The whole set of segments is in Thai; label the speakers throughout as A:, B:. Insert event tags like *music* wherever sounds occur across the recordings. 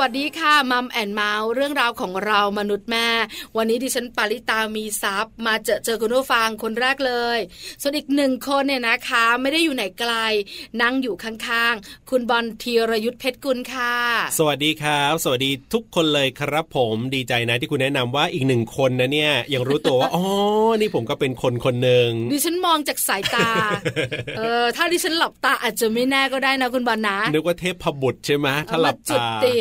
A: สวัสดีค่ะมัมแอนเมาส์เรื่องราวของเรามนุษย์แม่ วันนี้ดิฉันปาริตามีซัพย์ มาเจอเจอคุณผู้ฟังคนแรกเลย ส่วนอีกหนึ่งคนเนี่ยนะคะ ไม่ได้อยู่ไหนไกล นั่งอยู่ข้างๆ คุณบอลธีรยุทธเพชรกุลค่ะ
B: สวัสดีครับ สวัสดีทุกคนเลยครับผมดีใจนะที่คุณแนะนำว่าอีกหนึ่งคนนะเนี่ยยังรู้ตัวว่า
A: *laughs*
B: อ๋อนี่ผมก็เป็นคนคนหนึ่ง
A: ดิฉันมองจากสาย
B: *laughs*
A: ตา เออถ้าดิฉันหลับตาอาจจะไม่แน่ก็ได้นะคุณบอลนะ
B: นึกว่าเทพบุตรใช่ไหมถ้าหลับ
A: มจุ
B: ตา
A: ติ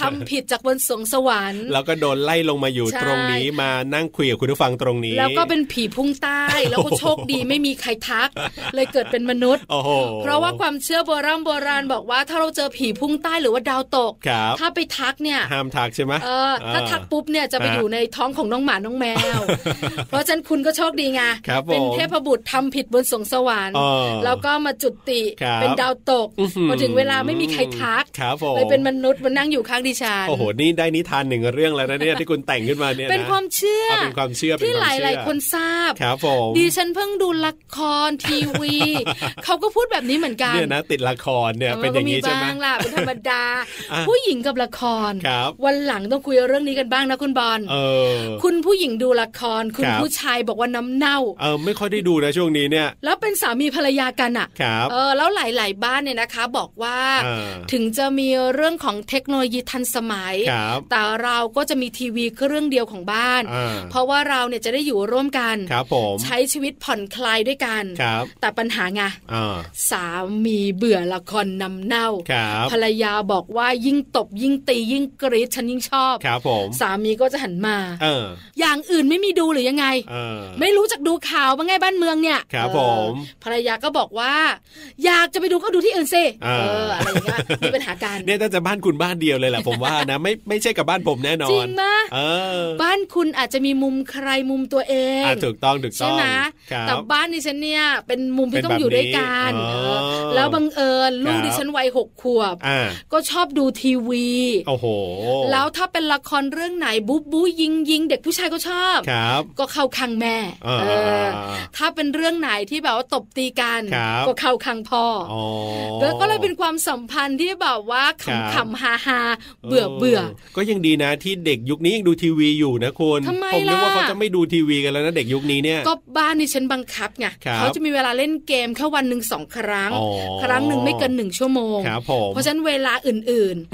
A: ทำผิดจากบนสวงสวรรค์
B: *laughs* แล้วก็โดนไล่ลงมาอยู่
A: ใช่
B: ตรงนี้มานั่งคุยกับคุณผู้ฟังตรงนี้
A: แล้วก็เป็นผีพุ่งใต้แล้วก็โชคดีไม่มีใครทัก เลยเกิดเป็นมนุษย์
B: โอ้โห
A: เพราะว่าความเชื่อโบราณโบราณบอกว่าถ้าเราเจอผีพุ่งใต้หรือว่าดาวตก
B: ครับ
A: ถ้าไปทักเนี่ย
B: ห้ามทักใช่ไหม
A: เออถ้าทักปุ๊บเนี่ยจะไป
B: ฮะ
A: อยู่ในท้องของน้องหมาน้องแม
B: *laughs*
A: ว เพราะฉะนั้นคุณก็โชคดีไง
B: ครับผม
A: เป็นเทพบุตรทำผิดบนสวงสวรรค์
B: อ๋อ
A: แล้วก็มาจุติ
B: ครับ
A: เป็นดาวตก
B: อื้อหือ
A: พอถึงเวลาไม่มีใครทัก
B: ครับผม
A: เลยเป็นมนุษย์มานั่งอยู่ข้างดิฉัน
B: โอ้โหนี่ได้นิทานหนึ่งเรื่องแล้วนะเนี่ยที่คุณแต่งขึ้นมาเนี่ยนะ
A: เป็นความเชื่อ
B: เอาเป็นความเชื่อเป็น
A: ที่
B: ควม
A: หลาย
B: เชื่อ
A: หลายๆคนทราบ
B: ครับผม
A: ดิฉันเพิ่งดูละครทีวี
B: *laughs*
A: เขาก็พูดแบบนี้เหมือนกัน
B: เนี่ยนะติดละครเนี่ยเป็นอย่างนี้
A: นี้
B: ใช่ไหม
A: บ้างล่ะเป็นธรรมดา
B: *laughs* อ่ะ
A: ผู้หญิงกับละคร
B: ครับ
A: วันหลังต้องคุยเรื่องนี้กันบ้างนะคุณบอล
B: เออ
A: คุณผู้หญิงดูละคร คุณ
B: ครับ
A: ผู้ชายบอกว่าน้ำเน่า
B: เออไม่ค่อยได้ดูนะช่วงนี้เนี่ย
A: แล้วเป็นสามีภรรยากันอ่ะ
B: ครับ
A: เออแล้วหลาย ๆ บ้านเนี่ยนะคะ บอกว่า
B: อ่า
A: ถึงจะมีเรื่องของเทคโนโลยีทันสมัย
B: ครับ
A: แต่เราก็จะมีทีวีเครื่องเดียวของบ้าน
B: อ่า
A: เพราะว่าเราเนี่ยจะได้อยู่ร่วมกัน
B: ครับผม
A: ใช้ชีวิตผ่อนคลายด้วยกัน
B: ครับ
A: แต่ปัญหาไง
B: อ่า
A: สามีเบื่อละครนำเน่า
B: ครับ
A: ภรรยาบอกว่ายิ่งตบยิ่งตียิ่งกรีดฉันยิ่งชอบ
B: ครับผม
A: สามีก็จะหันมา
B: เออ
A: อย่างอื่นไม่มีดูหรือยังไง
B: เออ
A: ไม่รู้จักดูข่าวบ้างไงบ้านเมืองเนี่ย
B: ครับ
A: เออ
B: ผม
A: ภรรยาก็บอกว่า อยากจะไปดูก็ดูที่อื่นสิ
B: อ่า
A: เอออะไรอย่างเงี้ยมีปัญหากัน
B: เนี่ยน่าจะบ้านคุณบ้านเดียว
A: *laughs*
B: เลยแหละผมว่านะ ไม่ไม่ใช่กับบ้านผมแน่นอ
A: จริ
B: น
A: งมะ
B: เออ
A: บ้านคุณอาจจะมีมุมใครมุมตัวเอง
B: อ่ะถูกต้องถูก
A: ใช่
B: ต้อง
A: ไหม
B: ครับ
A: แต่บ้านดิฉันเนี่ยเป็นมุม
B: เป็
A: ที่
B: น
A: ต้องอยู่ด้วยกัน
B: แบบนี้
A: เออ
B: อ
A: แล้วบังเอิญลูก
B: ครับ
A: ดิฉันวัยหกขวบ
B: อ่า
A: ก็ชอบดูทีวี
B: โอ้โห
A: แล้วถ้าเป็นละครเรื่องไหนบู๊บู๊ยิงยิงเด็กผู้ชายก็ชอบ
B: ครับ
A: ก็เข้าคังแม่
B: เออ
A: เออถ้าเป็นเรื่องไหนที่แบบว่าตบตีกัน
B: ครับ
A: ก็เข้าคังพ่อ
B: อ๋อ
A: แล้วก็เลยเป็นความสัมพันธ์ที่แบบว่า
B: ครับ
A: ขำขำฮาฮาเบื่อเบื่อ
B: ก็ยังดีนะที่เด็กยุคนี้ยังดูทีวีอยู่นะคุณ
A: ทำไม
B: ผมนึกว่า
A: ล่ะ
B: เขาจะไม่ดูทีวีกันแล้วนะเด็กยุคนี้เนี่ย
A: ก็บ้านนี่ฉันบังคับไง
B: ครับ
A: เขาจะมีเวลาเล่นเกมแค่วันหนึ่งสองครั้ง
B: อ๋อ
A: ครั้งหนึ่งไม่เกินหนึ่งชั่วโมง
B: ครับผม
A: เพราะฉะนั้นเวลาอื่น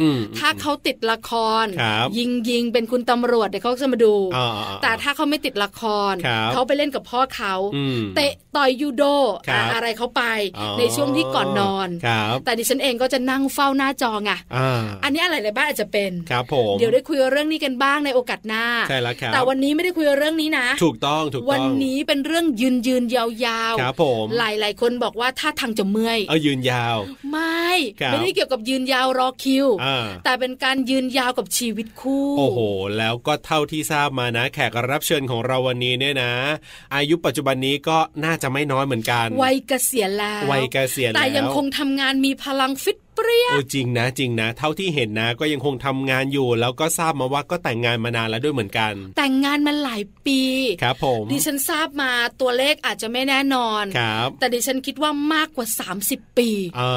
B: อืม
A: ถ้าเขาติดละคร
B: ครับ
A: ยิงยิงเป็นคุณตำรวจเดี๋ยวเขาจะมาดู
B: อ่าๆๆ
A: แต่ถ้าเขาไม่ติดละคร
B: ครับ
A: เขาไปเล่นกับพ่อเขา
B: อืม
A: เตะต่อยยูโด
B: ครับ
A: อะอะไรเขาไป
B: อ๋อ
A: ในช่วงที่ก่อนนอน
B: ครับ
A: แต่ดิฉันเองก็จะนั่งเฝ้าหน้าจอไง
B: อ่า
A: อันนี้อะไรหลายบ้านอาจจะเป็น
B: ครับผม
A: เดี๋ยวได้คุยเรื่องนี้กันบ้างในโอกาสหน้า
B: ใช่แล้วครับ
A: แต่วันนี้ไม่ได้คุยเรื่องนี้นะ
B: ถูกต้องถูกต้อง
A: วันนี้เป็นเรื่องยืนยืนยาว
B: ครับผม
A: หลายหลายๆ คนบอกว่าท่าทางจะเมื่อย
B: เอายืนยาว
A: ไม่
B: ครับ
A: ไม่ได้เกี่ยวกับยืนยาวรอคิว
B: อ่า
A: แต่เป็นการยืนยาวกับชีวิตคู่
B: โอ้โห แล้วก็เท่าที่ทราบมานะ แขกรับเชิญของเราวันนี้เนี่ยนะ อายุปัจจุบันนี้ก็น่าจะไม่น้อยเหมือนกัน
A: วัยเกษียณแล้ว
B: วัยเกษียณ
A: แต่ยัง
B: แล้ว
A: คงทำงานมีพลังฟิตเปรี้ย
B: โอ้จริงนะจริงนะ เท่าที่เห็นนะ ก็ยังคงทำงานอยู่ แล้วก็ทราบมาว่าก็แต่งงานมานานแล้วด้วยเหมือนกัน
A: แต่งงานมาหลายปี
B: ครับผม
A: ดิฉันทราบมาตัวเลขอาจจะไม่แน่นอน
B: ครับ
A: แต่ดิฉันคิดว่ามากกว่า 30 ปี
B: อ่า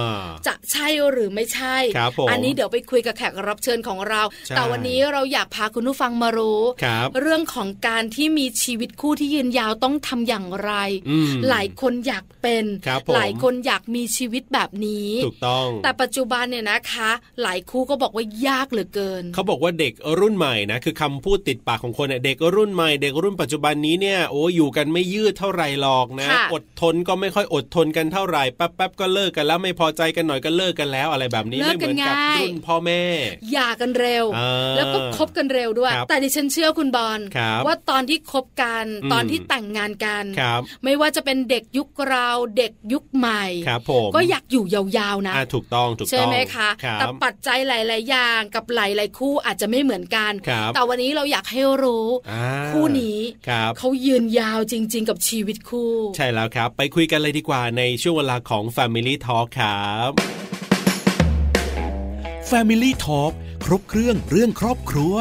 A: จะใช่หรือไม่ใช่
B: ครับผม
A: อันนี้เดี๋ยวไปคุยกับแขกรับเชิญของเรา
B: ใช่
A: แต่วันนี้เราอยากพาคุณผู้ฟังมารู้
B: ครับ
A: เรื่องของการที่มีชีวิตคู่ที่ยืนยาวต้องทำอย่างไร
B: อืม
A: หลายคนอยากเป็น
B: ครับผม
A: หลายคนอยากมีชีวิตแบบนี้
B: ถูกต้อง
A: แต่ปัจจุบันเนี่ยนะคะ หลายคู่ก็บอกว่ายากเหลือเกิน
B: เขาบอกว่าเด็กรุ่นใหม่นะคือคำพูดติดปากของคนเนี่ยเด็กรุ่นใหม่เด็กรุ่นปัจจุบันนี้เนี่ยโอ้อยู่กันไม่ยืดเท่าไหร่หรอกนะ
A: ค่ะ
B: อดทนก็ไม่ค่อยอดทนกันเท่าไหร่แป๊บๆก็เลิกกันแล้วไม่พอใจกันหน่อยก็เลิกกันแล้วอะไรแบบนี้
A: เลิ
B: ไม่
A: ก
B: เห
A: กั
B: มื
A: น
B: อนกับ
A: ง่าย
B: รุ่นพ่อแม่
A: หย่ากันเร็ว
B: อ่า
A: แล้วก็คบกันเร็วด้วย
B: ครับ
A: แต่ดิฉันเชื่อคุณบอล
B: ครับ
A: ว่าตอนที่คบกัน
B: อืม
A: ตอนที่แต่งงานกัน
B: ครับ
A: ไม่ว่าจะเป็นเด็กยุคเราเด็กยุคใหม่
B: ครับผม
A: ก็อยากอยู่ยาวๆนะ
B: อ่ะถูกต้องถูกต้อง
A: ใช่ไหมคะ
B: รั
A: แต่
B: บ
A: ปัจจัยหลาย ๆ อย่างกับหลายๆคู่อาจจะไม่เหมือนกัน
B: ครับ
A: แต่วันนี้เราอยากให้รู้
B: อ่า
A: คู่นี้
B: ครับ
A: เขายืนยาวจริง ๆ กับชีวิตคู่
B: ใช่แล้วครับ ไปคุยกันเลยดีกว่าในช่วงเวลาของ Family Talk ครับ
C: Family Talk ครบเครื่องเรื่องครอบครัว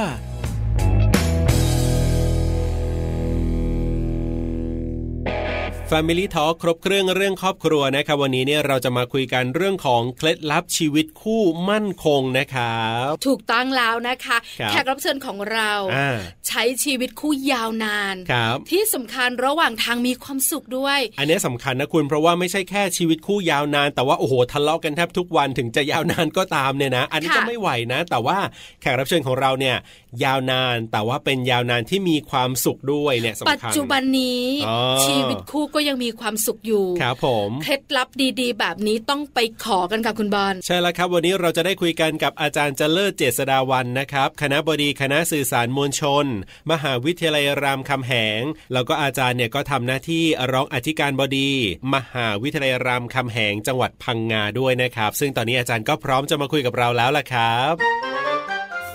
B: แฟ Family Talk ครบเครื่องเรื่องครอบครัวนะครับวันนี้เนี่ยเราจะมาคุยกันเรื่องของเคล็ดลับชีวิตคู่มั่นคงนะครับ
A: ถูกต้องแล้วนะคะ
B: ครับ
A: แขกรับเชิญของเรา
B: อ่า
A: ใช้ชีวิตคู่ยาวนาน
B: ครับ
A: ที่สำคัญระหว่างทางมีความสุขด้วย
B: อันเนี้ยสำคัญนะคุณเพราะว่าไม่ใช่แค่ชีวิตคู่ยาวนาน แต่ว่าโอ้โหทะเลาะกันแทบทุกวันถึงจะยาวนานก็ตามเนี่ยนะ อันนี้ก็
A: ค่ะ
B: ไม่ไหวนะ แต่ว่าแขกรับเชิญของเราเนี่ย ยาวนานแต่ว่าเป็นยาวนานที่มีความสุขด้วยเนี่ยสำคัญ
A: ปัจจุบันนี้
B: อ๋อ
A: ชีวิตคู่ก็ยังมีความสุขอยู่
B: ครับผม
A: เคล็ดลับดีๆ แบบนี้ต้องไปขอกันค่ะคุณบอล
B: ใช่แล้วครับ วันนี้เราจะได้คุยกันกับอาจารย์เจริญเจษดาวันนะครับ คณะบดีคณะสื่อสารมวลชน มหาวิทยาลัยรามคำแหง แล้วก็อาจารย์เนี่ยก็ทำหน้าที่รองอธิการบดี มหาวิทยาลัยรามคำแหง จังหวัดพังงาด้วยนะครับ ซึ่งตอนนี้อาจารย์ก็พร้อมจะมาคุยกับเราแล้วล่ะครับ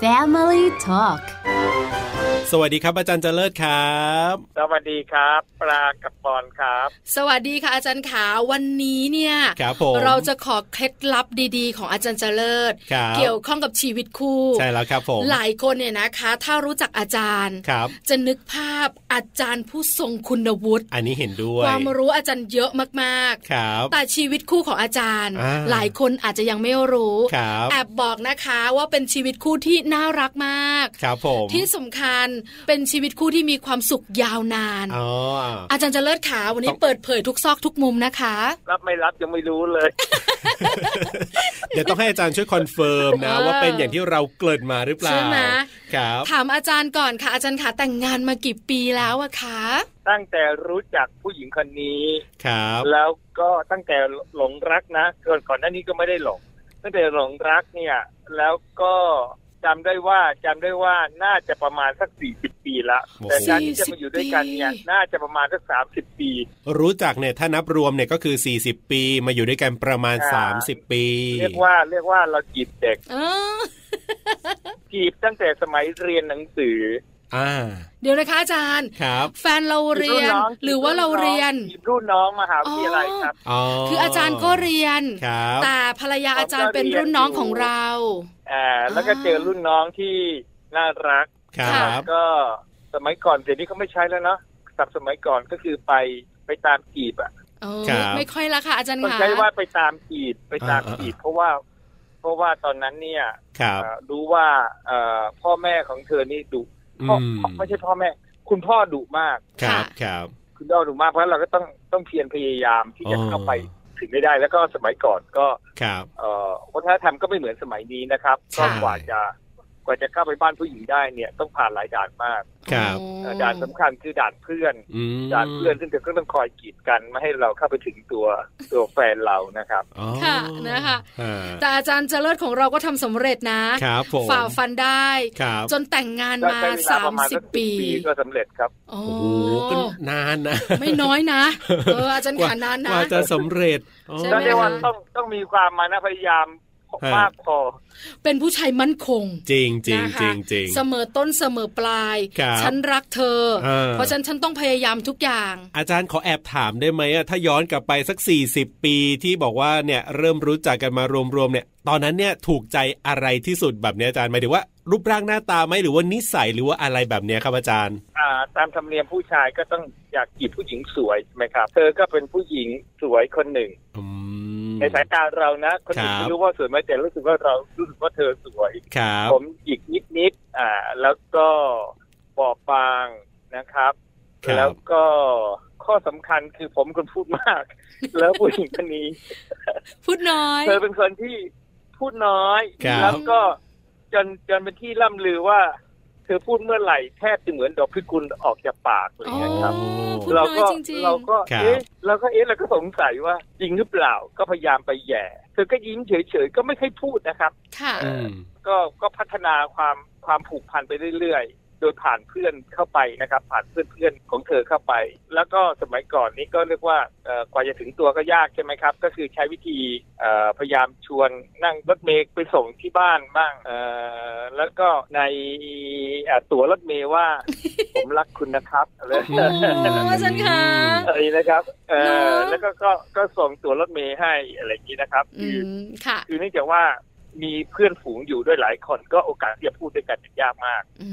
D: Family Talk
B: สวัสดีครับอาจารย์เจริญครับ
E: สวัสดีครับ ปลากับบอลครับ
A: สวัสดีค่ะอาจารย์ขาวันนี้เนี่ย
B: ครับผม
A: เราจะขอเคล็ดลับดีๆ ของอาจารย์เจริญ
B: ครับ
A: เกี่ยวข้องกับชีวิตคู่
B: ใช่แล้วครับผม
A: หลายคนเนี่ยนะคะ ถ้ารู้จักอาจารย์
B: ครับ
A: จะนึกภาพอาจารย์ผู้ทรงคุณวุฒิ
B: อันนี้เห็นด้วย
A: ความรู้อาจารย์เยอะมาก
B: ครับ
A: ๆ แต่ชีวิตคู่ของอาจารย์
B: อ่า
A: หลายคนอาจจะยังไม่รู้
B: ครับ
A: แอบบอกนะคะว่าเป็นชีวิตคู่ที่น่ารักมาก
B: ครับผม
A: ที่สำคัญเป็นชีวิตคู่ที่มีความสุขยาวนาน
B: อ๋อ
A: อาจารย์เจะเลิศขาวัน
B: ต้
A: นี้
B: อง
A: เปิดเผยทุกซอกทุกมุมนะคะ
E: รับไม่รับยังไม่รู้เลย
A: *laughs*
B: เดี๋ยวต้องให้อาจารย์ช่วยคอนเฟิร์มนะ
A: *laughs* เออ
B: ว่าเป็นอย่างที่เราเกริดมาหรือเปล่า
A: ใช่ไหม
B: ครับ
A: ถามอาจารย์ก่อนค่ะ อาจารย์ขาแต่งงานมากี่ปีแล้วอะคะ
E: ตั้งแต่รู้จักผู้หญิงคนนี้
B: ครับ
E: แล้วก็ตั้งแต่หลงรักนะก่อนก่อนหน้านี้ก็ไม่ได้หลง ตั้งแต่หลงรักเนี่ย แล้วก็จำได้ว่าจำได้ว่าน่าจะประมาณสักสี่สิบปีละ
B: โอ้โห
E: แต่การที่จะมาอยู่ด้วยกันเนี่ยน่าจะประมาณสักสามสิบปี
B: รู้จักเนี่ยถ้านับรวมเนี่ยก็คือ 40 ปี มาอยู่ด้วยกันประมาณ
E: อ่า
B: 30 ปี
E: เรียกว่าเรียกว่าเราจีบเด็ก
A: เออ
E: จีบตั้งแต่สมัยเรียนหนังสือ
B: อ่า
A: เดี๋ยวนะคะอาจารย์
B: ครับ
A: แฟนเราเรียน
E: จีบง
A: หรือว่าเราเรียน
E: จีบรุ่นน้องมหาวิทยาลัยครับ
B: อ๋อ
A: คืออาจารย์ก็เรียน
B: ครับ
A: แต่ภรรยาอาจารย์เป็นรุ่นน้องของเรา
E: อ่าแล้วก็
A: อ่า
E: เจอรุ่นน้องที่น่ารัก
B: ครับ
E: ก็สมัยก่อนเดี๋ยวนี้เขาไม่ใช้แล้วเนาะสับสมัยก่อนก็คือไปไปตามจีบอ่ะ
A: เออ
B: ครับ
A: ไม่ค่อยละค่ะอาจารย์
E: ต้อง
A: ค่ะ
E: ใช้ว่าไปตามจีบไปตาม
B: อ่าอ่า
E: จีบเพราะว่า เพราะว่าตอนนั้นเนี่ย
B: ครับ
E: เอ่อรู้ว่าเอ่อพ่อแม่ของเธอนี่ดุ
B: อื
E: พ่อ
B: ม
E: ไม่ใช่พ่อแม่ คุณพ่อดุมาก
B: ครับ
A: ค่ะ
B: ครับ
E: คุณพ่อดุมากเพราะฉะนั้นเราก็ต้องต้องเพียรพยายามที่จะ
B: อ๋อ
E: เข้าไปถึงไม่ได้ แล้วก็สมัยก่อนก็
B: ครับ
E: เอ่อวัฒนธรรมก็ไม่เหมือนสมัยนี้นะครับ
A: ใช่
E: ก็กว่าจะกว่าจะเข้าไปบ้านผู้หญิงได้เนี่ยต้องผ่านหลายด่านมาก
B: ครับ
A: อ๋อ
E: เอ่อด่านสำคัญคือด่านเพื่อน
B: อืม
E: ด่านเพื่อนซึ่งเธอก็ต้องคอยกีดกันไม่ให้เราเข้าไปถึงตัวตัวแฟนเรานะครับ
B: อ๋อ
A: ค่ะนะคะ
B: อ่า
A: แต่อาจารย์เจริญของเราก็ทำสำเร็จนะ
B: ครับผม
A: ฝ่าฟันได้
B: ครับ
A: จนแต่งงานมา
E: ก็ใช้เวลา
A: สา
E: ป
A: ม
E: ระมาณ
A: สิ
E: สั
A: บ
E: ก
A: ปี
E: ปีก็สำเร็จครับ
A: โอ้
B: โอ้โหก็นานนะ
A: ไม่น้อยนะ เอออาจารย์
B: กว่
A: ขานาน
B: ก
A: นะ
B: ว่าจะสำเร็จอ๋อ
A: ใช่
E: ก็
A: ไหม
E: เรียกว่า
A: คะ
E: ต้องต้องมีความมานะพยายาม
B: ฮะ
E: มากพอ
A: เป็นผู้ชายมั่นคง
B: จริงจริง
A: นะ
B: จริ
A: คะ
B: งจริง
A: เสมอต้นเสมอปลาย
B: ครับ
A: ฉันรักเธอ
B: เออ
A: เพราะฉะนันฉันต้องพยายามทุกอย่าง
B: อาจารย์ขอแอบถามได้ไหมอะถ้าย้อนกลับไปสัก 40 ปีที่บอกว่าเนี่ยเริ่มรู้จักกันมารวมๆเนี่ย ตอนนั้นเนี่ยถูกใจอะไรที่สุดแบบเนี้ยอาจารย์หมายถึงว่ารูปร่างหน้าตาไหมหรือว่านิสัยหรือว่าอะไรแบบเนี้ยครับอาจารย์
E: อ่าตามธรรมเนียมผู้ชายก็ต้องอยากจีบผู้หญิงสวยใช่ไหมครับ เธอก็เป็นผู้หญิงสวยคนหนึ่ง
B: อืม
E: ในสายตาเรานะคนอื่น
B: ครับ
E: ไม่รู้ว่าสวยไหมแต่รู้สึกว่าเรารู้สึกว่าเธอสวย
B: ครับ
E: ผมหยิกนิดนิดๆอ่า แล้วก็บอบบางนะครับ
B: ครับ
E: แล้วก็ข้อสำคัญคือผมคนพูดมาก *laughs* แล้วผู้หญิงคนนี้
A: พูดน้อย
E: เธอเป็นคนที่พูดน้อย
B: ครับ
E: แล้วก็จนจนเป็นที่ล่ำลือว่า เธอพูดเมื่อไหร่แทบจะเหมือนดอกพิกุลออกจากปากอะไรอย่างเงี้ยครับ
A: อ๋อพูด
E: เรา
A: น้อย
E: ก็
A: จริง
E: เราก็
B: ครับ
E: เอ๊ะเราก็เอ๊ะเราก็สงสัยว่าจริงหรือเปล่าก็พยายามไปแหย่ เธอก็ยิ้มเฉยๆก็ไม่ค่อยพูดนะครับ
A: ๆ ค่ะ
B: อืม
E: ก็ก็พัฒนาความความผูกพันไปเรื่อยๆ โดยผ่านเพื่อนเข้าไปนะครับ ผ่านเพื่อนๆของเธอเข้าไป แล้วก็สมัยก่อนนี้ก็เรียกว่าเอ่อกว่าจะถึงตัวก็ยากใช่ไหมครับ ก็คือใช้วิธีเอ่อพยายามชวนนั่งรถเมล์ไปส่งที่บ้านบ้างเอ่อแล้วก็ในเอ่อตั๋วรถเมล์
A: *laughs*
E: ว่า ผมรักคุณนะครับอะไร
A: โอ้โหอาจารย์คะ
E: อะไรนะครับเอ
A: เน
E: อ
A: อะ
E: แล้วก็ก็ก็ส่งตั๋วรถเมล์ให้อะไรอย่างนี้นะครับ
A: อื
E: คือ
A: มค่ะ
E: คือเนื่องจากว่ามีเพื่อนฝูงอยู่ด้วยหลายคน ก็โอกาสที่จะพูดด้วยกันเนี่ยยากมาก
A: อื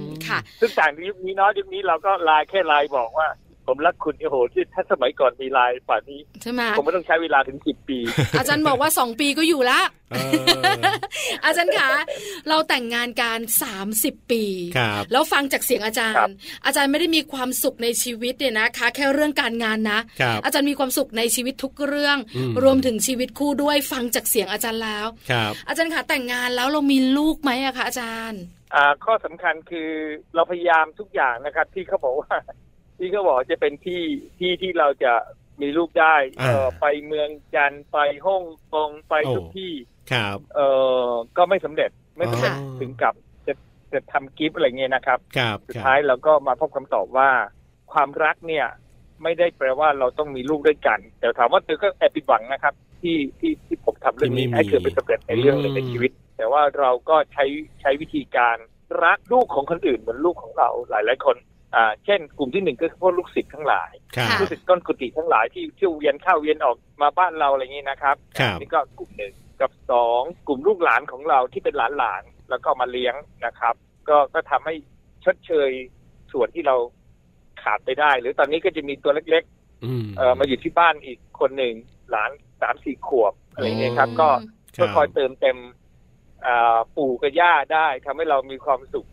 A: มค่ะ
E: ซึ่งต่างจากยุคนี้เนาะยุคนี้เราก็ไลน์แค่ไลน์บอกว่า ผมรักคุณโอ้โหที่ถ้าสมัยก่อนมีไลน์ป่านนี้
A: ใช่ไหม
E: ผมไม่ต้องใช้เวลาถึงสิบปี
A: อาจารย์บอกว่า 2 ปีก็อยู่ละ
B: เออ
A: อาจารย์คะเราแต่งงานกัน30 ปี
B: ครับ
A: *laughs* แล้วฟังจากเสียงอาจาร
E: ครับ
A: ย์ อาจารย์ไม่ได้มีความสุขในชีวิตเนี่ยนะคะ แค่เรื่องการงานนะ
B: ครับ
A: อาจารย์มีความสุขในชีวิตทุกเรื่อง
B: อืม
A: รวมถึงชีวิตคู่ด้วยฟังจากเสียงอาจารย์แล้ว
B: ครับ
A: อาจารย์คะแต่งงานแล้วเรามีลูกไหมอะคะอาจารย์
E: อ่าข้อสำคัญคือเราพยายามทุกอย่างนะครับ ที่เขาบอกว่า *laughs* ที่เขาบอกจะเป็นที่ที่ที่เราจะมีลูกได้เอ่อ
B: อ่า
E: ไปเมืองจันทร์ไปฮ่องกงไป
B: โอ้
E: ทุกที่
B: ครับ
E: เออก็ไม่สำเร็จไม่สำเร็จ
B: อ๋อ
E: ถึงกับจะจะทำกิฟต์อะไรเงี้ยนะครับ
B: ครับ
E: สุด
B: ครั
E: ท้าย
B: บ
E: เราก็มาพบคำตอบว่า ความรักเนี่ย ไม่ได้แปลว่าเราต้องมีลูกด้วยกัน แต่ถามว่าเธอก็แอบผิดหวังนะครับ ที่ที่ที่ผมทำเรื่องนี้ให้เกิดเป็นสำเร็จในเรื่องเลยในชีวิต แต่ว่าเราก็ใช้ใช้วิธีการรักลูกของคนอื่นเหมือนลูกของเราหลายหลายๆคนอ่าเช่น กลุ่มที่หนึ่งก็คือพวกลูกศิษย์ทั้งหลาย
B: ครับ
E: ลูกศิษย์ก้นกุฏิทั้งหลายที่เที่ยวเวียนเข้าเวียนออกมาบ้านเราอะไรอย่างนี้นะครับ
B: ครับ
E: นี่ก็กลุ่มหนึ่งกับสองกลุ่มลูกหลานของเราที่เป็นหลานหลานๆแล้วก็เอามาเลี้ยงนะครับ ก็ก็ทำให้ชดเชยส่วนที่เราขาดไปได้ หรือตอนนี้ก็จะมีตัวเล็ก
B: อืม
E: ๆเอ่อมาอยู่ที่บ้านอีกคนหนึ่งหลานสามสี่ขวบอะไรอย่างเงี้ยครับ ก็
B: ค
E: ก็
B: รับ
E: คอยเติมเต็มอ่าปู่กับย่าได้ทำให้เรามีความสุข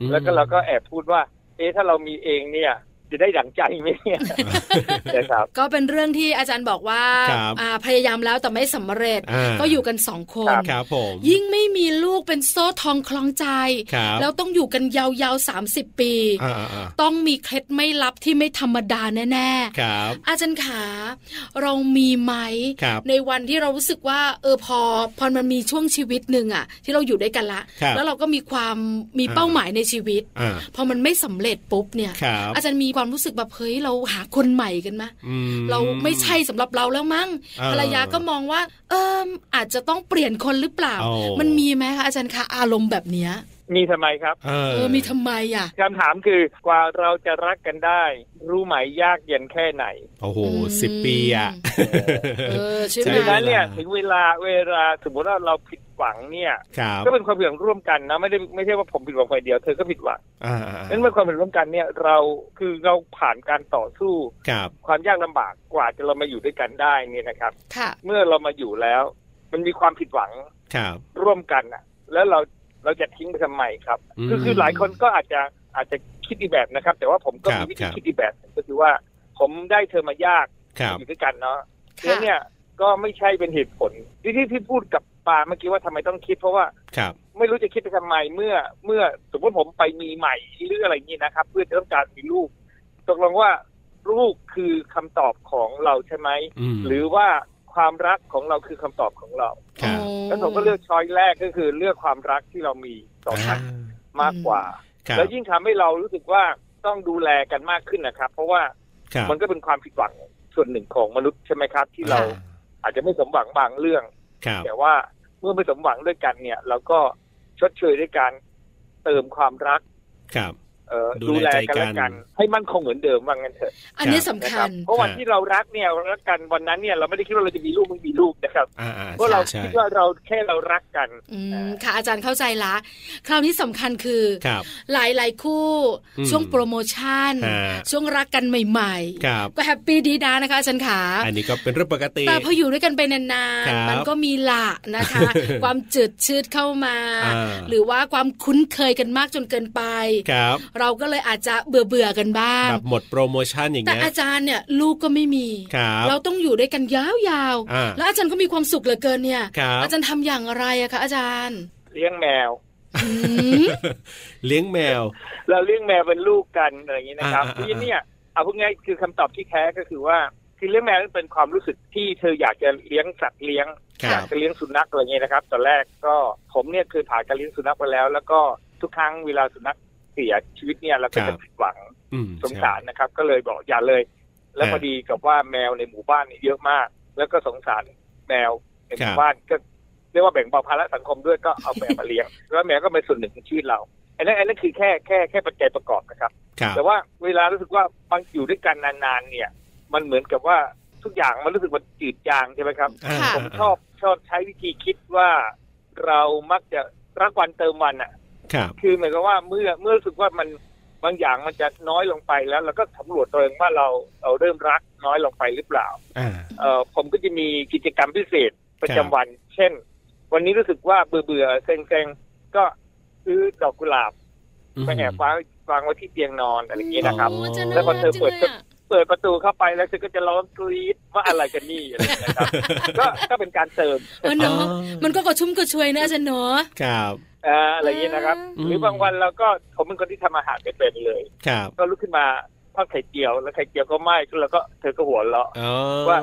B: อืม
E: แล้วก็เราก็แอบพูดว่า เอ๊ะถ้าเรามีเองเนี่ย จะได้ดังใจไหม
B: *laughs*
E: เนี่ย นะครับ
A: ก็เป็นเรื่องที่อาจารย์บอกว่า
B: ครับ
A: อ่าพยายามแล้วแต่ไม่สำเร็จ
B: *laughs* อ่า
A: ก็อยู่กันสองคน
B: ครับผม
A: ยิ่งไม่มีลูกเป็นโซ่ทองคล้องใจ
B: ครับ
A: แล้วต้องอยู่กันยาวๆ 30 ปี
B: อ่าอ่าอ่า
A: ต้องมีเคล็ดไม่ลับที่ไม่ธรรมดาแน่ๆ
B: ครับ
A: อาจารย์ขา เรามีไหม
B: ครับ
A: ในวันที่เรารู้สึกว่า เออพอพอมันมีช่วงชีวิตหนึ่งอะที่เราอยู่ด้วยกันละ
B: ครับ
A: แล้วเราก็มีความมี
B: อ่า
A: เป้าหมายในชีวิต
B: อ่า
A: พอมันไม่สำเร็จปุ๊บเนี่ย
B: ครับ
A: อาจารย์มีความรู้สึกแบบเฮ้ยเราหาคนใหม่กันมะ
B: อื
A: เราไม่ใช่สำหรับเราแล้วมั้ง
B: เออ
A: ภรรยาก็มองว่า เอออาจจะต้องเปลี่ยนคนหรือเปล่า
B: โอ้
A: มันมีไหมคะอาจารย์คะอารมณ์แบบเนี้ย
E: มีทำไมครับ
B: เอ
A: เอ
B: อ
A: อมีทำไมอะ
E: คำถามคือกว่าเราจะรักกันได้ รู้ไหมยากเย็นแค่ไหน
B: โอ้โหสิบปีอ่ะ
A: เออใช่
B: ใช่
A: ไห
E: ดัง
A: ม
E: นั้นเนี่ย
B: เวลา
E: ถึงเวลาเวลาสมมติว่าเราผิดหวังเนี่ย
B: ครับ
E: ก็เป็นความผิดหวังร่วมกันนะไม่ได้ไม่ใช่ว่าผมผิดหวังฝ่ายเดียวเธอก็ผิดหวัง
B: อ่า
E: นั้นเมื่อความผิดหวังร่วมกันเนี่ยเราคือเราผ่านการต่อสู้
B: ครับ
E: ความยากลำบากกว่าจะเรามาอยู่ด้วยกันได้เนี่ยนะครับ
A: ค่ะ
E: เมื่อเรามาอยู่แล้ว มันมีความผิดหวัง
B: ครับ
E: ร่วมกันอะแล้วเราเราจะทิ้งไปทำไมครับ
B: ม
E: คือคือหลายคนก็อาจจะอาจจะคิดอีกแบบนะครับ แต่ว่าผมก็
B: ครับ
E: มีวิ
B: ค
E: ธี
B: รับ
E: คิดอีกแบบหนึ่งก็คือว่าผมได้เธอมายาก
B: ครับ
E: อยู่ด้วยกันเนาะ
A: ค่ะ
E: แล้วเนี่ยก็ไม่ใช่เป็นเหตุผลที่ที่ที่พูดกับปาเมื่อกี้ว่าทำไมต้องคิด เพราะว่า
B: ครับ
E: ไม่รู้จะคิดไปทำไมเมื่อเมื่อสมมติผมไปมีใหม่หรืออะไรอย่างนี้นะครับ เพื่อจะต้องการมีลูกตกลงว่าลูกคือคำตอบของเราใช่ไหม
B: ม
E: หรือว่าความรักของเราคือคำตอบของเรา
B: ครับ
E: แล้วผมก็เลือกช้อยแรกก็คือเลือกความรักที่เรามีต่อกั
B: อ่าน
E: มากกว่า
B: ครับ
E: แล้วยิ่งทำให้เรารู้สึกว่าต้องดูแลกันมากขึ้นนะครับ เพราะว่า
B: ครับ
E: มันก็เป็นความผิดหวังส่วนหนึ่งของมนุษย์ใช่ไหมครับ ที่เรา
B: อ่
E: อาจจะไม่สมหวังบางเรื่อง
B: ครับ
E: แต่ว่าเมื่อไม่สมหวังด้วยกันเนี่ย เราก็ชดเชยด้วยการเติมความรัก
B: ครับ
E: เอ่อ
B: ดู
E: ดู
B: แล
E: แล
B: ใจกัน
E: กันและกัน ให้มั่นคงเหมือนเดิมว่างั้นเถอะ
A: อันนี้สำ
E: นะค
A: คั
E: รับ
A: ญ
E: เพราะวัน
B: ค่ะ
E: ที่เรารักเนี่ยเรารักกันวันนั้นเนี่ยเราไม่ได้คิดว่าเราจะมีลูกไม่มีลูกนะครับ
B: อ่าอ่า
E: เพราะเรา
B: ใช่
E: คิด
B: ใช่
E: ว่าเราแค่เรารักกัน
A: อืมค่ะอาจารย์เข้าใจละ คราวนี้สำคัญคือ
B: ครับ
A: หลายหลายๆคู่
B: อืม
A: ช่วงโปรโมชั่น
B: ฮะ
A: ช่วงรักกันใหม่
B: ครับ
A: ๆ ก็แฮปปี้ดีนะนะคะอาจารย์ขา
B: อันนี้ก็เป็นเรื่องปกติ
A: แต่พออยู่ด้วยกันไปนาน
B: ครับ
A: ๆ มันก็มีละ
B: *laughs*
A: นะคะ ความจืดชืดเข้ามา
B: อ่า
A: หรือว่าความคุ้นเคยกันมากจนเกินไป
B: ครับ
A: เราก็เลยอาจจะเบื่อเบื่อๆกันบ้าง
B: แบบหมดโปรโมชั่นอย่าง
A: แต่
B: เงี้ย
A: อาจารย์เนี่ยลูกก็ไม่มี
B: ครับ
A: เราต้องอยู่ด้วยกันยาว
B: อ่า
A: ๆ แล้วอาจารย์ก็มีความสุขเหลือเกินเนี่ย
B: ครับ
A: อาจารย์ทำอย่างไรอะคะอาจาร
B: *laughs*
A: ย์
E: เลี้ยงแมว
A: อืม
B: เลี้ยงแมว
E: เราเลี้ยงแมวเป็นลูกกันอะไรอย่างนี้นะครับ
B: อ่าอ่าอ่า
E: ทีนี้เนี่ยเอาพูดง่ายคือคำตอบที่แท้ก็คือว่าคือเลี้ยงแมวนั้นเป็นความรู้สึกที่เธออยากจะเลี้ยงสัตว์เลี้ยง
B: ค
E: อ
B: รั
E: ยาก
B: บ
E: จะเลี้ยงสุนัขอะไรอย่างนี้นะครับตอนแรกก็ผมเนี่ยเคยผ่านการเลี้ยงสุนัขไปแล้ว แล้วก็ทุกครั้งเวลาสุนัขเสียชีวิตเนี่ยเราก็จะผิดหวัง
B: อืม
E: สงสาร
B: ใช่
E: นะครับ ก็เลยบอกอย่าเลย แล้ว
B: อ่า
E: พอดีกับว่าแมวในหมู่บ้านเนี่ยเยอะมาก แล้วก็สงสารแมวในห
B: ครั
E: มู่
B: บ
E: บ้านก็เรียกว่าแบ่งเบาภาระสังคมด้วยก็เอาแมวมาเลี้ยงแล้วแมวก็เป็นส่วนหนึ่งของชีวิตเราอันนั้นอันนั้นคือแค่แค่แค่ปัจจัยประกอบนะครับ
B: ครับ
E: แต่ว่าเวลารู้สึกว่าบางอยู่ด้วยกันนานๆเนี่ย มันเหมือนกับว่าทุกอย่างมันรู้สึกมันจืดจางใช่ไหมครับ
B: อ่า
A: ค่ะ
E: ผมชอบชอบใช้วิธีคิดว่าเรามักจะรักวันเติมวันอ่ะ
B: ครับ
E: คือหมายความว่าเมื่อเมื่อรู้สึกว่ามัน บางอย่างมันจะน้อยลงไปแล้วเราก็สำรวจตัวเองว่าเราเราเริ่มรักน้อยลงไปหรือเปล่า
B: อ่า
E: เอ่อผมก็จะมีกิจกรรมพิเศษประจำวัน เช่น วันนี้รู้สึกว่าเบื่อเบื่อๆเซ็งเซ็งๆก็ซื้อดอกกุหลาบไปแอบวางวางไว้ที่เตียงนอนอะไรอย่างนี้นะครับ
A: โอ้จะ
E: แล้
A: น่าว
E: พ
A: รั
E: อก เธ
A: จั
E: อง เปิ
A: เล
E: ด
A: ย
E: ก็
A: อะ
E: เปิดประตูเข้าไปแล้วฉันก็จะร้องกรี๊ดว่าอะไรกันนี่อะไรอย่างเงี้ยครับ ก็ก็เป็นการเติม
A: เออเนาะ
B: อ๋อ
A: มันก็กระชุ่มกระชวยนะอาจารย์เนาะ
B: ครับ
E: เอ่ออะไรอย่างนี้นะครับ
B: อืม
E: หรือบางวันเราก็ผมเป็นคนที่ทำอาหารไม่เป็นเลย
B: ครับ
E: ก็ลุกขึ้นมาทอดไข่เจียว แล้วไข่เจียวก็ไหม้แล้วก็เธอก็หัวเราะ
B: อ๋อ
E: ว่า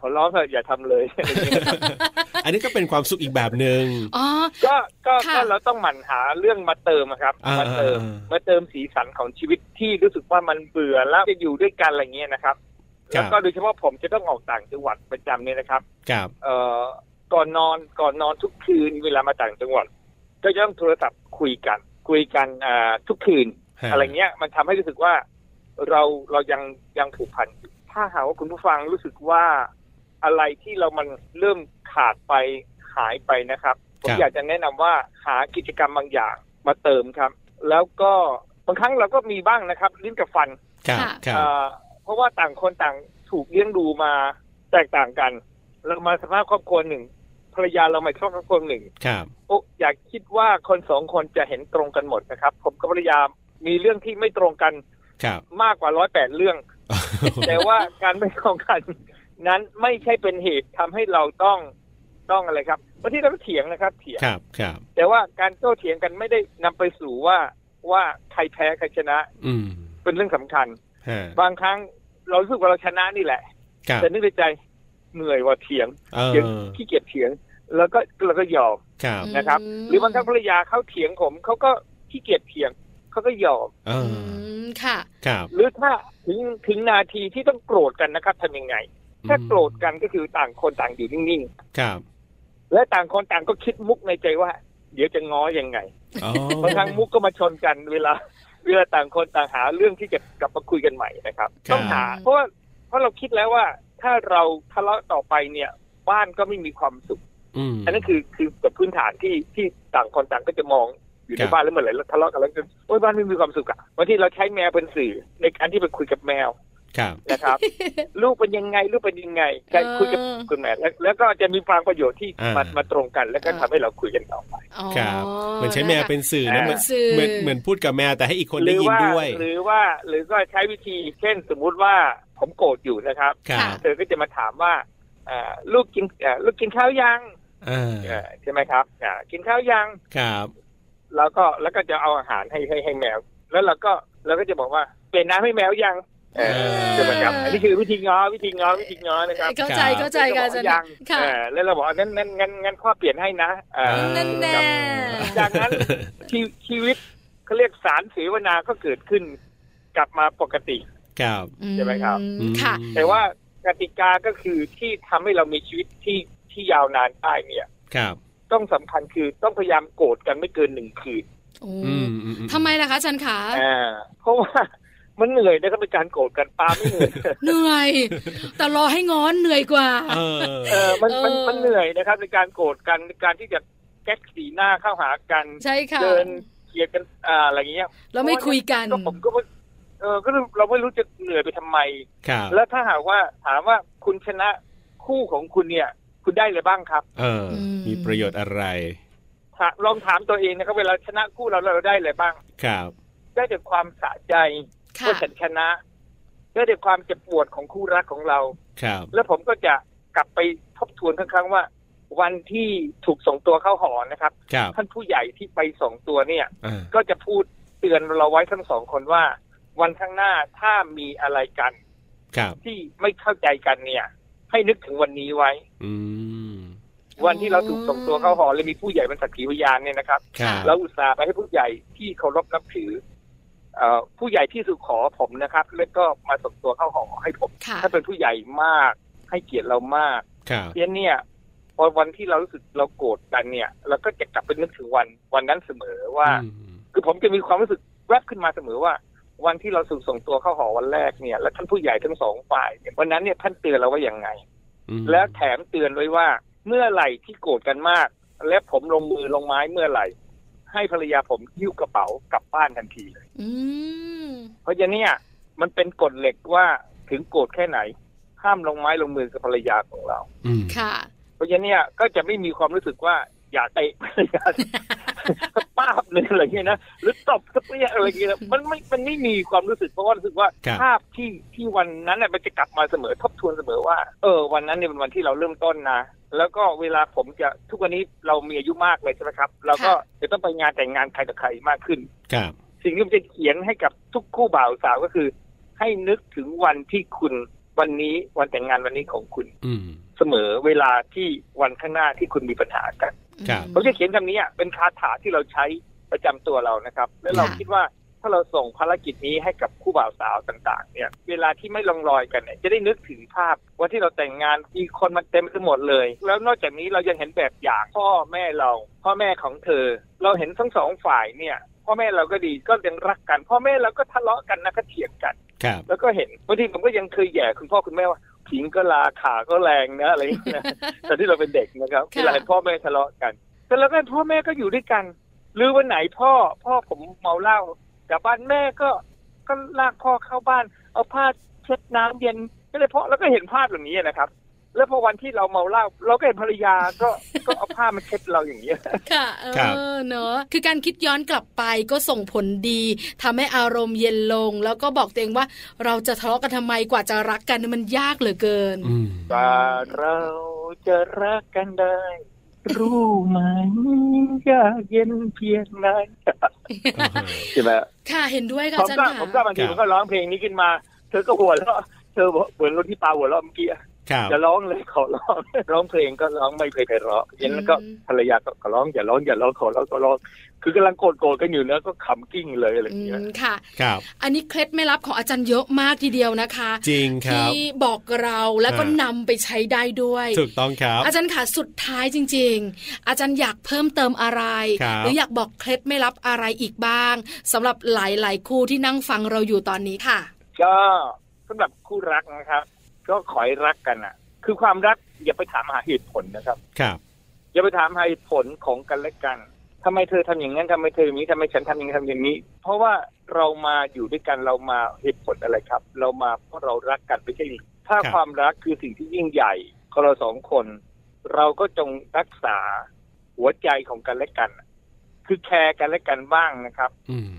E: ขอร้องเธอะอย่าทำเลย *laughs* อะไรอย่างเงี้ย
B: *laughs* อันนี้ก็เป็นความสุขอีกแบบหนึ่ง
A: อ๋อ
E: ก็ก็
A: ค่ะ
E: ก็เราต้องหมั่นหาเรื่องมาเติมอะครับ
B: อ่าม
E: มาเติม
B: อ่า
E: มาเติมสีสันของชีวิตที่รู้สึกว่ามันเบื่อแล้วจะอยู่ด้วยกันอะไรเงี้ยนะครับ
B: ครั
E: แล้
B: บ
E: วก็โดยเฉพาะผมจะต้องออกต่างจังหวัดประจำเนี่ยนะครับ
B: ครับ
E: เอ่อก่อนนอนก่อนนอนทุกคืนเวลามาต่างจังหวัด ก็จะต้องโทรศัพท์คุยกัน คุยกันอ่าทุกคืน
B: ฮะ
E: อะไรเงี้ยมันทำให้รู้สึกว่าเราเรายังยังผูกพันอยู่ถ้าหากว่าคุณผู้ฟังรู้สึกว่าอะไรที่เรามันเริ่มขาดไปหายไปนะครับ ผ
B: ค
E: ม
B: รับ
E: อยากจะแนะนำว่าหากิจกรรมบางอย่างมาเติมครับ แล้วก็บางครั้งเราก็มีบ้างนะครับ ลิ้นกับฟัน
B: ครับ
A: ค่ะ
B: ครับ
E: เอ่อเพราะว่าต่างคนต่างถูกเลี้ยงดูมาแตกต่างกัน เรามาสภาพครอบครัวหนึ่งภรรยาเรามาอีกครอบครัวหนึ่ง
B: ครับ
E: โอ้อยากคิดว่าคนสองคนจะเห็นตรงกันหมดนะครับ ผมกับภรรยามีเรื่องที่ไม่ตรงกัน
B: ครับ
E: มากกว่าร้อยแปดเรื่อง *laughs* แต่ว่าการไม่ตรงกัน นั้นไม่ใช่เป็นเหตุทำให้เราต้องต้องอะไรครับบางทีเราก็เถียงนะครับ เถียง
B: ครับครับ
E: แต่ว่าการโต้เถียงกันไม่ได้นำไปสู่ว่าว่าใครแพ้ใครชนะ
B: อืม
E: เป็นเรื่องสำคัญ
B: ฮะ
E: บางครั้งเรารู้สึกว่าเราชนะนี่แหละ
B: ครับ
E: แต่นึกในใจเหนื่อยว่าเถียง
B: เออ
E: เถียงขี้เกียจเถียง แล้วก็แล้วก็ยอม
B: ครับ
E: นะครับ
A: อืม
E: หรือบางครั้งภรรยาเขาเถียงผมเขาก็ขี้เกียจเถียงเขาก็ยอม
B: เออ
A: อืมค่ะ
B: ครับ
E: หรือถ้าถึงถึงนาทีที่ต้องโกรธกันนะครับทำยังไง ถ้าโกรธกันก็คือต่างคนต่างอยู่นิ่ง
B: ครับ
E: ๆ และต่างคนต่างก็คิดมุกในใจว่า เดี๋ยวจะง้อยังไง
B: อ๋อบ
E: างครั้งมุกก็มาชนกันเวลา เวลาต่างคนต่างหาเรื่องที่จะกลับมาคุยกันใหม่นะครับ
B: ครับ
E: ต้องหา เพราะว่าเพราะเราคิดแล้วว่าถ้าเราทะเลาะต่อไปเนี่ย บ้านก็ไม่มีความสุข
B: ม
E: อันนั้นคือคือแบบพื้นฐานที่ที่ต่างคนต่างก็จะมองอยู่
B: ครั
E: ใน
B: บ
E: บ้านแล้วเหมือนไรทะเลาะกันแล้วจะโอ๊ยบ้านไม่มีความสุขอะวันที่เราใช้แมวเป็นสื่อในการที่ไปคุยกับแมว
B: ครับ
E: นะครับ
B: *laughs*
E: ลูกเป็นยังไงลูกเป็นยังไงการคุยกับ
A: เออ
E: คุณแม่แล้วแล้วก็จะมีความประโยชน์ที่
B: อ่ามั
E: มันมาตรงกัน แล้วก็ทำให้เราคุยกันต่อไป
A: อ๋อ
B: ครับเหมือนใช้แมวเป็นสื่อนะเหมือน
A: สื่อ
B: เหมือนเหมือนพูดกับแมวแต่ให้อีกคน
E: ห
B: ได้
E: รื
B: ยิน
E: ว่า
B: ด้วย
E: หรือว่าหรือก็ใช้วิธี เช่นสมมุติว่าผมโกรธอยู่นะครับ
B: ครับ
E: เธอก็จะมาถามว่าเอ่อลูกกินเอ่อลูกกินข้าวยัง
B: อ่า
E: เอ่อใช่ไหมครับอ่ากินข้าวยัง
B: ครับ
E: แล้วก็แล้วก็จะเอาอาหารให้ให้ให้แมว แล้วเราก็เราก็จะบอกว่าเปลี่ยนน้ำให้แมวยังเออใช่ไหมครับอันนี้คือวิธีง้อวิธีง้อวิธีง้อนะครับ
A: เข้าใจเข้าใจค่ะอาจารย์
E: ยัง
A: ค่ะ
E: เออแล้วเราบอกว่างั้นงั้นงั้นงั้นข้อเปลี่ยนให้นะเออ
B: อ
A: นั่นแน่
E: จากนั้นชีชีวิตเขาเรียกสารเสวนาก็เกิดขึ้น กลับมาปกติ
B: ครับ
E: ใช่ไหมครับ
A: อืมค่ะ
E: แต่ว่ากติกาก็คือที่ทำให้เรามีชีวิตที่ที่ยาวนานได้เนี่ย
B: ครับ
E: ต้องสำคัญคือต้องพยายามโกรธกันไม่เกินหนึ่งคืน
A: โอ้
B: อืมอือื
A: ทำไมล่ะคะอาจันขา
E: อ่าเพราะว่ามันเหนื่อยนะครับเป็นการโกรธกันปาไม่เหนื่อย
A: เหนื่อย แต่รอให้ง้อนเหนื่อยกว่า
B: เออ
E: เออมันมัน
A: เออ
E: มันเหนื่อยนะครับ ในการโกรธกันในการที่จะแก๊กสีหน้าเข้าหากัน
A: ใช่ค่ะ
E: เดินเกลียดกันอ่าอะไรเงี้ย
A: แล้วไม่คุยกัน
E: ก็ผมก็ว่าเออก็เราไม่รู้จะเหนื่อยไปทำไม
B: ครับ
E: แล้วถ้าหากว่าถามว่าคุณชนะคู่ของคุณเนี่ย คุณได้อะไรบ้างครับ
B: เออ
A: ม
B: มีประโยชน์อะไร
E: ถาลองถามตัวเองนะครับเวลาชนะคู่เราแล้วเราได้อะไรบ้าง
B: ครับ
E: ได้แต่ความสะใจ
A: ค่ะ
E: ว่าฉันชนะ ได้แต่ความเจ็บปวดของคู่รักของเรา
B: ครับ
E: แล้วผมก็จะกลับไปทบทวนครั้งๆว่า วันที่ถูกส่งตัวเข้าหอนะครับ
B: ครับ
E: ท่านผู้ใหญ่ที่ไปส่งตัวเนี่ย
B: อ่า
E: ก็จะพูดเตือนเราไว้ทั้งสองคนว่า วันข้างหน้าถ้ามีอะไรกัน
B: ครับ
E: ที่ไม่เข้าใจกันเนี่ย ให้นึกถึงวันนี้ไว้
B: อืม
E: วันที่เราถูกส่งตัวเข้าหอเลยมีผู้ใหญ่เป็นสักขีพยานเนี่ยนะครับ
B: ครับ
E: เราอุตส่าห์ไปให้ผู้ใหญ่ที่เคารพนับถือเอ่อผู้ใหญ่ที่สุขอผมนะครับ แล้วก็มาส่งตัวเข้าหอให้ผม
A: ค่ะ
E: ถ้านเป็นผู้ใหญ่มากให้เกียรติเรามาก
B: ครับ
E: เพราะฉะนั้นเนี่ยพอวันที่เรารู้สึกเราโกรธกันเนี่ยเราก็จะกลับไปนึกถึงวันวันนั้นเสมอว่า
B: อืม
E: คือผมจะมีความรู้สึกแวบขึ้นมาเสมอว่า วันที่เราถูกส่งตัวเข้าหอวันแรกเนี่ยและท่านผู้ใหญ่ทั้งสองฝ่ายเนี่ยวันนั้นเนี่ยท่านเตือนเราว่าอย่างไง
B: อืม
E: และแถมเตือนไว้ว่าเมื่อไหร่ที่โกรธกันมาก และผมลงมือลงไม้เมื่อไหร่ ให้ภรรยาผมยิ้วกระเป๋ากลับบ้านทันทีเลย
A: อืม
E: เพราะฉะนั้นเนี่ยมันเป็นกฎเหล็กว่าถึงโกรธแค่ไหน ห้ามลงไม้ลงมือกับภรรยาของเรา
B: อืม
A: ค่ะ
E: เพราะฉะนั้นเนี่ยก็จะไม่มีความรู้สึกว่าอยากเตะภ *laughs* รรยา ป้าบเลยอะไรเงี้ยนะหรือตบสักเรียอะไรเงี้ยนะมันไม่มันไม่มีความรู้สึกเพราะว่ารู้สึกว่า
B: ครับ
E: ภาพที่ที่วันนั้นเนี่ยมันจะกลับมาเสมอทบทวนเสมอว่า เออวันนั้นเนี่ยเป็นวันที่เราเริ่มต้นนะ แล้วก็เวลาผมจะทุกวันนี้เรามีอายุมากเลยใช่ไหมครับ เราก็
A: ค่ะ
E: จะต้องไปงานแต่งงานใครต่อใครมากขึ้น
B: ครับ
E: สิ่งที่ผมจะเขียนให้กับทุกคู่บ่าวสาวก็คือ ให้นึกถึงวันที่คุณวันนี้วันแต่งงานวันนี้ของคุณ
B: อืม
E: เสมอเวลาที่วันข้างหน้าที่คุณมีปัญหากัน
B: ครับ
E: ผมจะเขียนคำนี้อ่ะเป็นคาถาที่เราใช้ประจำตัวเรานะครับ และเรา
A: ค่ะ
E: คิดว่าถ้าเราส่งภารกิจนี้ให้กับคู่บ่าวสาวต่าง ๆ เนี่ย เวลาที่ไม่ลงรอยกันเนี่ยจะได้นึกถึงภาพว่าที่เราแต่งงานมีคนมันเต็มไปหมดเลย แล้วนอกจากนี้เรายังเห็นแบบอย่างพ่อแม่เรา พ่อแม่ของเธอ เราเห็นทั้งสองฝ่ายเนี่ย พ่อแม่เราก็ดีก็ยังรักกัน พ่อแม่เราก็ทะเลาะกันนะก็เถียงกัน
B: ครับ
E: แล้วก็เห็นบางทีผมก็ยังเคยแหย่คุณพ่อคุณแม่ว่าขิงก็ลาขาก็แรงนะอะไรอย่า
B: *laughs*
E: งเงี้ยนะ ตอนที่เราเป็นเด็กนะครับ
A: ค่ะ
E: เวลาเห็นพ่อแม่ทะเลาะกัน แต่แล้วก็พ่อแม่ก็อยู่ด้วยกัน หรือวันไหนพ่อพ่อผมเมาเหล้ากลับบ้านแม่ก็ก็ลากพ่อเข้าบ้าน เอาผ้าเช็ดน้ำเย็นก็เลยพ่อแล้วก็เห็นภาพอย่างนี้นะครับ แล้วพอวันที่เราเมาเหล้าเราก็เห็นภรรยาก็ก็เอาผ้ามาเช็ดเราอย่างนี้ย
A: ค่ะเอ
B: ครับ
A: อเนอะคือการคิดย้อนกลับไปก็ส่งผลดีทำให้อารมณ์เย็นลง แล้วก็บอกตัวเองว่าเราจะทะเลาะกันทำไมกว่าจะรักกันมันยากเหลือเกิน
B: อืม
E: ว่าเราจะรักกันได้ รู้ไหมยากเย็นเพียงไหนใช่ไหม
A: ค่ะเห็นด้วยค่ะ
E: ผ
A: อาม จาร
E: ก็
A: ย์
E: ผมก็
A: ค่ะ
E: บางที
B: ค
E: ผ
B: รับ
E: มก็ร้องเพลงนี้ขึ้นมา เธอก็หัวเราะเธอบอกเหมือนรถที่ปาหัวเราะเมื่อกี้อะ
B: ครับ
E: จะร้องเลยขอร้อง ร้องเพลงก็ร้องไม่เพลงไพเราะเย็นแล้วก็ภรรยาก็ขอร้องอย่าร้องอย่าร้องขอร้องขอร้องคือกำลังโกรธโกรธกันอยู่นะก็ขำกิ้งเลยอะไรอ
A: อื
E: ย่างเงี้ย
A: มค่ะ
B: ครับ
A: อันนี้เคล็ดไม่ลับของอาจารย์เยอะมากทีเดียวนะคะ
B: จริงครับ
A: ที่บอกเราแล้วก็
B: อ่าน
A: นำไปใช้ได้ด้วย
B: ถูกต้องครับ
A: อาจารย์ค่ะสุดท้ายจริง ๆ อาจารย์อยากเพิ่มเติมอะไร
B: ครับ
A: หรืออยากบอกเคล็ดไม่ลับอะไรอีกบ้างสำหรับหลายๆ คู่ที่นั่งฟังเราอยู่ตอนนี้ค่ะ
E: ก็สำหรับคู่รักนะครับ ก็ขอให้รักกันอ่ะ คือความรักอย่าไปถามหาเหตุผลนะครับ
B: ครับ
E: อย่าไปถามหาเหตุผลของกันและกัน ทำไมเธอทำอย่างนั้นทำไมเธออย่างนี้ทำไมฉันทำอย่างนี้ทำอย่างนี้ เพราะว่าเรามาอยู่ด้วยกันเรามาเหตุผลอะไรครับ เรามาเพราะเรารักกันไม่ใช่หรือถ้า
B: ครับ
E: ความรักคือสิ่งที่ยิ่งใหญ่ของเราสองคน เราก็จงรักษาหัวใจของกันและกัน คือแคร์กันและกันบ้างนะครับ
B: อืม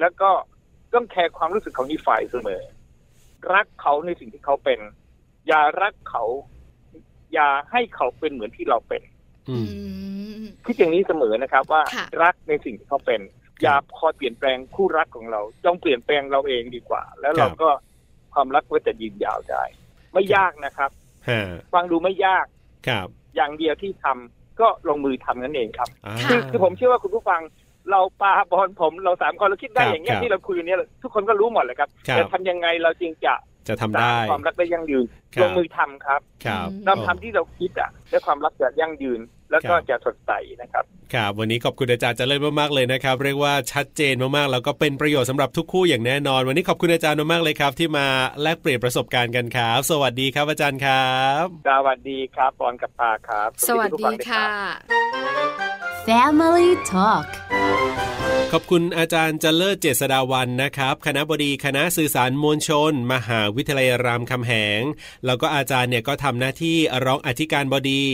E: แล้วก็ต้องแคร์ความรู้สึกของอีกฝ่ายเสมอ รักเขาในสิ่งที่เขาเป็น อย่ารักเขา อย่าให้เขาเป็นเหมือนที่เราเป็น
B: อืม
A: อืม
E: คิดอย่างนี้เสมอนะครับว่า
A: ค่ะ
E: รักในสิ่งที่เขาเป็น อย่าคอยเปลี่ยนแปลงคู่รักของเราจงเปลี่ยนแปลงเราเองดีกว่า แล้ว
B: ครั
E: เรา
B: บ
E: ก็ความรักก็จะยืนยาวได้ไม่
B: ครับ
E: ยากนะครับ
B: ฮะ
E: ฟังดูไม่ยาก
B: ครับ
E: อย่างเดียวที่ทำก็ลงมือทำนั่นเองครับ
B: อ่า
E: คือคือผมเชื่อว่าคุณผู้ฟัง เราปาบอลผมเราสามคนเราคิดได้
B: ครับ
E: อย่างเงี้ย
B: ครับ
E: ที่เราคุยเนี้ยทุกคนก็รู้หมดเลยครับ
B: ครับ
E: แต่ทำยังไงเราจึงจะ
B: จะทำ
E: สร้าง
B: ได้
E: ความรักได้ยั่งยืน
B: ครับ
E: ลงมือทำครับ
B: ครับ
E: นำทำที่เราคิดอ่ะและความรักจะยั่งยืน แล้วก็
B: ครับ
E: จะสดใสนะครับ
B: ครับวันนี้ขอบคุณอาจารย์เจริญมากๆเลยนะครับ เรียกว่าชัดเจนมากๆแล้วก็เป็นประโยชน์สำหรับทุกคู่อย่างแน่นอน วันนี้ขอบคุณอาจารย์มากๆเลยครับ ที่มาแลกเปลี่ยนประสบการณ์กันครับ สวัสดีครับอาจารย์ครับ
E: สวัสดีครับปอนกับปาครับ
A: สวัส
E: ทุก
A: ดี
E: นนรับ
A: ค่ะ
D: Family Talk
B: ขอบคุณอาจารย์เจริญเจษดาวันนะครับ คณะบดีคณะสื่อสารมวลชน มหาวิทยาลัยรามคำแหง แล้วก็อาจารย์เนี่ยก็ทำหน้าที่รองอธิการบดี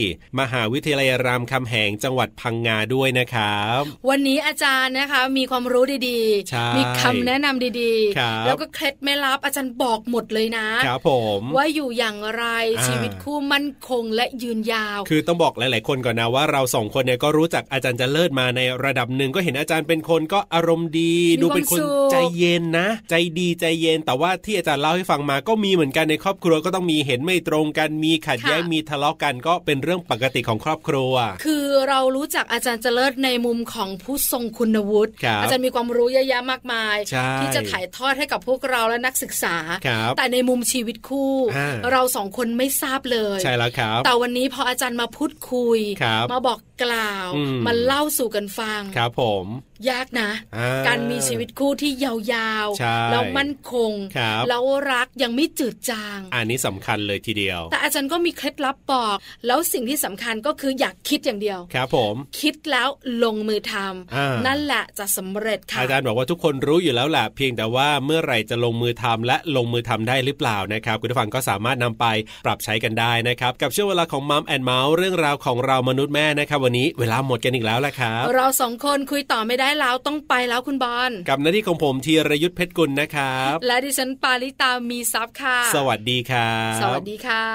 B: มหาวิทยาลัยรามคำแหง จังหวัดพังงาด้วยนะครับ
A: วันนี้อาจารย์นะคะมีความรู้ดี
B: ใช่
A: ๆ มีคำแนะนำดี
B: ครับ
A: ๆ แล้วก็เคล็ดไม่ลับอาจารย์บอกหมดเลยนะ
B: ครับผม
A: ว่าอยู่อย่างไร
B: อ่า
A: ชีวิตคู่มั่นคงและยืนยาว
B: คือต้องบอกหลาย ๆ คนก่อนนะว่าเราสองคนเนี่ยก็รู้จักอาจารย์เจริญมาในระดับหนึ่งก็เห็นอาจารย์เป็นคนก็อารมณ์ดี
A: มี
B: ดูเป็นค
A: ความ
B: น
A: สุข
B: ใจเย็นนะ ใจดีใจเย็น แต่ว่าที่อาจารย์เล่าให้ฟังมาก็มีเหมือนกันในครอบครัวก็ต้องมีเห็นไม่ตรงกันมีขัดแย้งมีทะเลาะกันก็เป็นเรื่องปกติของครอบครัว
A: คือเรารู้จักอาจารย์เจริญในมุมของผู้ทรงคุณวุฒิ
B: ครับ
A: อาจารย์มีความรู้เยอะแยะมากมาย
B: ใช่
A: ที่จะถ่ายทอดให้กับพวกเราและนักศึกษา
B: ครับ
A: แต่ในมุมชีวิตคู่
B: อ่า
A: เราสองคนไม่ทราบเลย
B: ใช่แล้วครับ
A: แต่วันนี้พออาจารย์มาพูดคุย
B: ครับ
A: มาบอก กล่าว
B: อืม
A: เล่าสู่กันฟัง
B: ครับผม
A: ยากนะ
B: อ่
A: การมีชีวิตคู่ที่ยาว
B: ใช่
A: ๆ แล้วมั่นคง
B: ครับ
A: แล้วรักยังไม่จืดจาง
B: อันนี้สำคัญเลยทีเดียว
A: แต่อาจารย์ก็มีเคล็ดลับบอก แล้วสิ่งที่สำคัญก็คืออยากคิดอย่างเดียว
B: ครับผม
A: คิดแล้วลงมือทำ
B: อ่านั่
A: นั่นแหละจะสำเร็จค่ะ
B: อาจารย์บอกว่าทุกคนรู้อยู่แล้วแหละเพียงแต่ว่าเมื่อไหร่จะลงมือทำและลงมือทำได้หรือเปล่านะครับ คุณผู้ฟังก็สามารถนำไปปรับใช้กันได้นะครับ กับช่วงเวลาของมัมแอนเมาส์เรื่องราวของเรามนุษย์แม่นะครับ วันนี้เวลาหมดกันอีกแล้วละครับ
A: เราสองคนคุยต่อไม่ได้แล้วต้องไปแล้วคุณบอล
B: กับหน้าที่ของผมธีรยุทธเพชรกุลนะครับ
A: และดิฉันปาริตามีซัพ์ค่ะ
B: สวัสดีครับ
A: สวัสดีค่ะ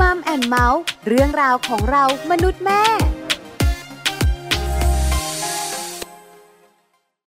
D: มัมแอนเมาส์เรื่องราวของเรามนุษย์แม่